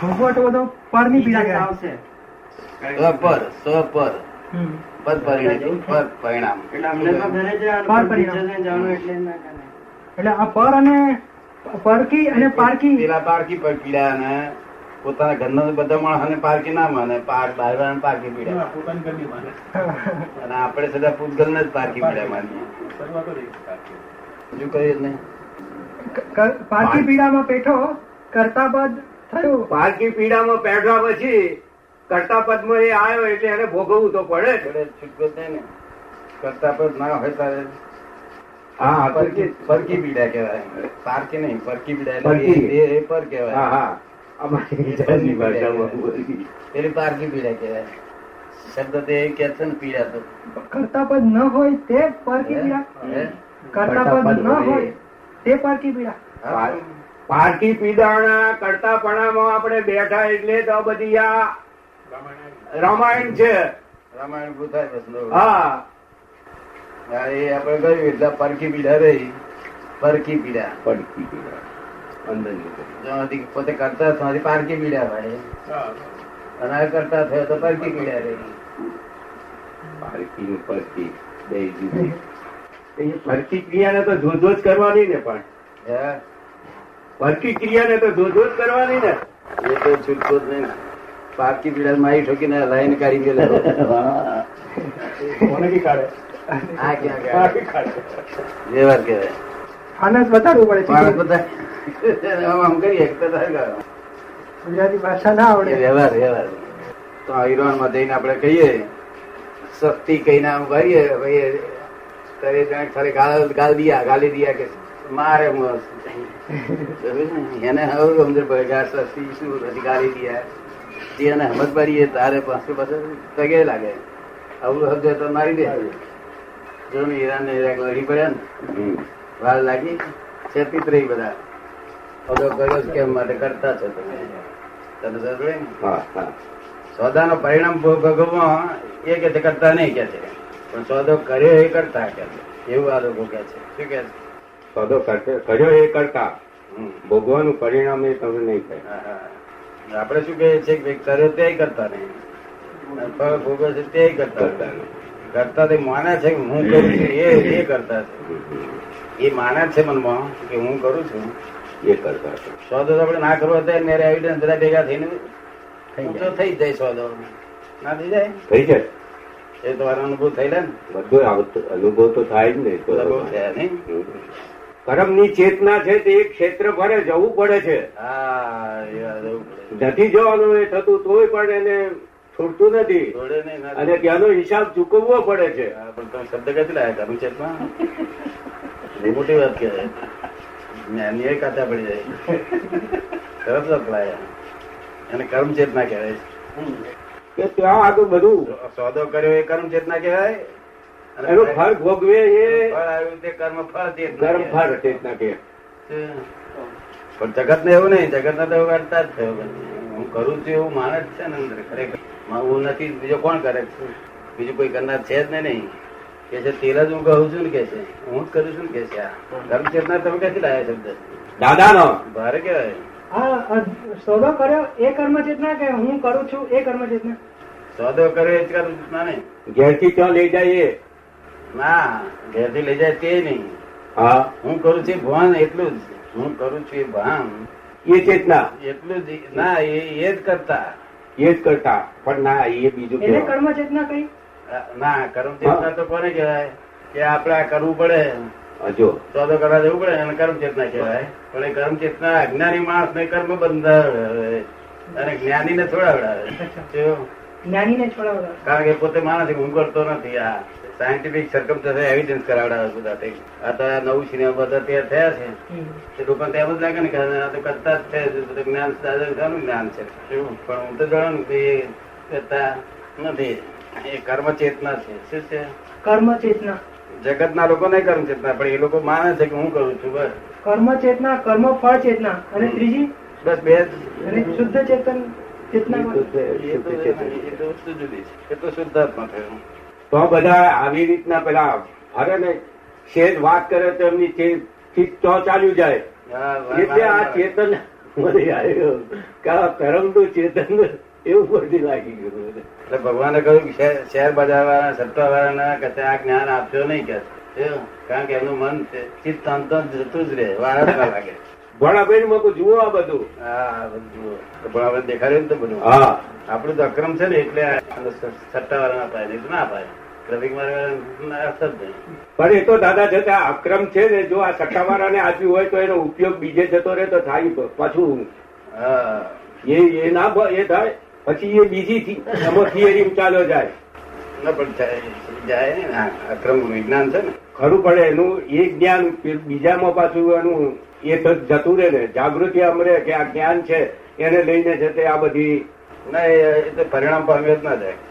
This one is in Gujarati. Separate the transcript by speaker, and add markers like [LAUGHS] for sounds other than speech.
Speaker 1: ભગવટ બધો પરની પીડા કહેવાય.
Speaker 2: આવશે
Speaker 3: સ્વપર સ્વપર
Speaker 1: હમ.
Speaker 3: પર પરિણિત પર પરિણામ
Speaker 2: એટલે અમને તો ઘરે જ રહેવાનું,
Speaker 1: પાર
Speaker 2: પણ
Speaker 1: પરિણામ.
Speaker 2: બીજાને જવાનું એટલે ના કરે
Speaker 1: એટલે આ પર અને પરકી અને પારકી
Speaker 3: પેલા પારકી પર પીડા અને પોતાના ઘરના બધા માણસને પારકી ના માને પાર બહાર વાળાને પારકી પીડા
Speaker 4: પોતાની ગરમી માને
Speaker 3: અને આપણે સદા પૂતગલને જ પારકી પીડા માનીએ
Speaker 4: શરૂઆત જ એ સાચી.
Speaker 3: શું કહ્યું એટલે?
Speaker 1: ક- પારકી પીડામાં પેઠો કરતા બાદ થયું
Speaker 5: પારકી પીડામાં પહેરવા પછી કરતા પદમાં એ આવ્યો એટલે એને ભોગવવું તો પડે જ.
Speaker 3: જોડે છૂટકો જ નહીં ને કરતા પર ના હોય તારે હા પરકી પરકી પીડા કહેવાય પારકી નહીં પરકી પીડા એટલે
Speaker 5: પરકી.
Speaker 3: એ- એ પર કહેવાય
Speaker 5: હા હા અમારી ગુજરાતની ભાષામાં બોલી.
Speaker 3: પેલી પારકી પીડા કહેવાય શબ્દ તે એ કહે છે ને પીડા તો
Speaker 1: કરતા પદ ન હોય તે પરકી પીડા
Speaker 3: હે?
Speaker 1: કરતા પદ ન હોય તે પરકી પીડા
Speaker 3: હા?
Speaker 5: પારકી પીડાના કરતાપણામાં આપણે બેઠા એટલે તો આ બધી આ રામાયણ છે
Speaker 3: રામાયણ ભૂતાય પ્રશ્ન.
Speaker 5: હા
Speaker 3: હા, એ આપણે કહ્યું એટલે પરકી પીડા રહી પરકી પીડા
Speaker 5: પારકી પીડા અંદરની પીડા.
Speaker 3: જ્યાંથી પોતે કરતા તમારી પારકી પીડા હોય
Speaker 4: સારું.
Speaker 3: અને આ કરતા થયો તો પરકી પીડા રહી
Speaker 5: પારકી ને પરકી બે જુદી. એ પરકી ક્રિયાને તો ધોધો જ કરવાની ને પણ
Speaker 3: હે?
Speaker 5: પરકી ક્રિયાને તો ધોધો જ કરવાની ને
Speaker 3: એ તો છૂટકો જ નહીં પારકી પીડા મારી ઠોકીને લાઈન કાઢી ગયેલો
Speaker 5: [LAUGHS]
Speaker 4: કોને બી કાઢે
Speaker 3: આ ક્યાં
Speaker 4: કોને
Speaker 3: ગયા?
Speaker 4: બી કાઢે
Speaker 3: વ્યવહાર કહેવાય
Speaker 1: આનંદ વધારવું
Speaker 3: માણસ
Speaker 1: પડે છે.
Speaker 3: બધા આમ આમ કરીએ એક તો થાય ગયો.
Speaker 1: ગુજરાતી ભાષા ના
Speaker 3: એ
Speaker 1: આવડે
Speaker 3: વ્યવહાર વ્યવહાર તો આ ઈરાનમાં જઈને આપણે કહીએ શક્તિ કહીને આમ કરીએ ભાઈ એ તારે ત્યાં ખાલી ગાળ ગાળ દિયા ગાલી દિયા કે મારે મોસ. સમજ્યું ને? એને હવે સમજણ પડે કે આ શક્તિ શું પછી ગાલી દિયા જે એને સમજ પડી એ તારે પાસે પાસે તગે લાગે આવું સમજે તો મારી દે જો ને ઈરાન ને ઈરાક લડી પડ્યા ને વાર લાગી ચેતી રહી બધા બધો કર્યો જ કેમ માટે કરતા છો તમે તને સમજ પડી ને
Speaker 5: હા હા
Speaker 3: સોદાનો પરિણામ ભોગવવા એ કે છે કરતા નહીં કે છે પણ સોદો કર્યો એ કરતા કે છે એવું આ લોકો કે છે શું કે છે
Speaker 5: સોદો કરશે- કર્યો એ કરતા
Speaker 3: હમ.
Speaker 5: ભોગવાનું પરિણામ એ તમને નહીં થાય
Speaker 3: હા, હા. આપણે શું કહીએ છીએ કે ભાઈ કર્યો તે કરતા નહીં અને ફળ ભોગવે છે તે કરતા
Speaker 5: કરતા
Speaker 3: નહીં. કરતા તે માને છે કે હું કરું છું એ એ કરતા છે એ માને છે મનમાં કે હું કરું છું
Speaker 5: એ કરતા છે.
Speaker 3: સોદો તો આપણે ના કરવો હતો મેરે એવિડન્સ બધા ભેગા થઈને ઊંચો થઈ જ જાય સોદો ના થઈ જાય
Speaker 5: થઈ જાય
Speaker 3: એ તમારો અનુભવ થયેલા ને
Speaker 5: બધો આવતો- અનુભવ તો થાય જ ને
Speaker 3: અનુભવ થયા નહીં
Speaker 5: કર્મની ચેતના છે તે એક ક્ષેત્ર ભરે જવું પડે છે
Speaker 3: હા, એ વાત એવું પડે.
Speaker 5: નથી જવાનું એ થતું તોય પણ એને છૂટતું નથી
Speaker 3: જોડે નહીં, ના
Speaker 5: અને ત્યાંનો હિસાબ ચૂકવવો પડે છે
Speaker 3: હા, પણ તમે શબ્દ ક્યાંથી લાયા? કાબુલ ચેટમાં? બહુ મોટી વાત કહેવાય. જ્ઞાનીએ કાચા પડી જાય. સરસ વાત લાયા. એને કર્મ ચેતના કહેવાય
Speaker 5: કે ત્યાં આગળ બધું
Speaker 3: સો- સોદો કર્યો એ કર્મ ચેતના કહેવાય અને
Speaker 5: એનું ફળ ભોગવે એ
Speaker 3: ફળ આવ્યું તે કર્મ ફળ ચેતના
Speaker 5: ગરમ
Speaker 3: કહેવાય.
Speaker 5: ફળ ચેતના કે
Speaker 3: પણ જગત ને એવું નહીં જગત ને તો એવું કરતા જ થયો હું કરું છું એવું માણસ છે ને અંદર ખરેખર માં હું નથી બીજો કોણ કરે છે બીજું કોઈ કરનાર છે જ ને નહીં કે છે તેલ જ હું કહું છું ને કે છે હું જ કરું છું ને કે છે આ ધર્મ ચેતના તમે ક્યાંથી લાયા શબ્દ
Speaker 5: દાદાનો
Speaker 3: ભારે કહેવાય
Speaker 1: આ અ- સોદો કર્યો એ કર્મ ચેતના કે હું કરું છું એ કર્મ ચેતના
Speaker 3: સોદો કર્યો એ જ કર્મ ચેતના નહીં
Speaker 5: ઘેરથી ક્યાં લઈ જાય એ
Speaker 3: ના ઘેરથી લઈ જાય તે નહીં
Speaker 5: હા
Speaker 3: હું કરું છું એ ભાન એટલું જ હું કરું છું એ ભાન
Speaker 5: એ ચેતના
Speaker 3: એટલું જ ના એ એ જ કરતા
Speaker 5: એ જ કરતા પણ ના એ બીજું
Speaker 1: એને
Speaker 5: કહેવાય.
Speaker 1: કર્મ ચેતના કહી
Speaker 3: ના કર્મ ચેતના તો કોને કહેવાય કે આપણે આ કરવું પડે
Speaker 5: જો
Speaker 3: સોદો કરવા જવું પડે એને કર્મ ચેતના કહેવાય પણ એ કર્મ ચેતના અજ્ઞાની માણસ ને કર્મ બંધાવે અને જ્ઞાની ને છોડાવડાવે જો,
Speaker 1: જ્ઞાનીને છોડાવડાવે
Speaker 3: કારણ કે પોતે માણસ હું કરતો નથી આ સાયન્ટિફિક સરકમ એવિડન્સ કરાવડાવે બધા તે. આ તો આ નવું સિનેમા બધા ત્યાં થયા છે
Speaker 1: હમ.
Speaker 3: તે લોકોને તેમ જ લાગે ને કે આ તો કરતા જ છે તો બધું જ્ઞાન સાધન શાનું જ્ઞાન છે એવું પણ હું તો જાણું કે એ કરતા નથી એ કર્મ ચેતના છે શું છે
Speaker 1: કર્મ ચેતના
Speaker 3: જગત ના લોકો નહીં કર્મ ચેતના પણ એ લોકો માને છે કે હું કરું છું બસ
Speaker 1: કર્મ ચેતના કર્મ ફળ ચેતના અને
Speaker 3: હમ.
Speaker 1: ત્રીજી
Speaker 3: બસ બે જ.
Speaker 1: અને શુદ્ધ ચેતન ચેતના
Speaker 5: એ તો છે,
Speaker 3: એ તો
Speaker 5: શુદ્ધ ચેતના.
Speaker 3: એ તો વસ્તુ જુદી છે. એ તો શુદ્ધાત્મા થયું
Speaker 5: તો બધા આવી રીતના પેલા અરે ને શેઠ વાત કરે તો એમની ચે- ચીજ તો ચાલ્યું જાય
Speaker 3: હા, વા-
Speaker 5: એટલે આ
Speaker 3: વારંવાર.
Speaker 5: ચેતન મને આવ્યો કે આ તરંગનું ચેતન એવું પડતી લાગી ગયું મને.
Speaker 3: એટલે ભગવાને કહ્યું કે શેર- શેર બજાર વાળા સટ્ટા વાળાને કદાચ આ જ્ઞાન આપશો નહીં કે એવું. કારણ કે એમનું મન છે, ચિત્ત તંતન જતું જ રહે વાર જ ના લાગે
Speaker 5: ભણાભાઈને મેં કહ્યું, જુઓ આ બધું
Speaker 3: હા બધું પણ આપણે દેખાડ્યું ને તો બધું
Speaker 5: હા
Speaker 3: આપણું તો અક્રમ છે ને એટલે આ સટ્ટા વાળા ના પાય નહીં તો ના પાય ટ્રાફિક મારવાના અર્થ જ નહીં
Speaker 5: પણ એ તો દાદા જતા આક્રમ છે ને જો આ સટ્ટાવાળાને આપ્યું હોય તો એનો ઉપયોગ બીજે જતો રહે તો થાય પ- પાછું
Speaker 3: હા
Speaker 5: એ એ ના બ- એ થાય પછી એ બીજી થી એમાં theory ચાલ્યો જાય
Speaker 3: ના પણ જાય- જાય ને હા, અક્રમ વિજ્ઞાન છે ને
Speaker 5: ખરું પડે એનું એ જ્ઞાન પે- બીજામાં પાછું એનું એ તો જતું રહે ને જાગૃતિ આમ રહે કે આ જ્ઞાન છે એને લઈને છે તે આ બધી
Speaker 3: ના એ એ તો પરિણામ પામ્યો જ ના જાય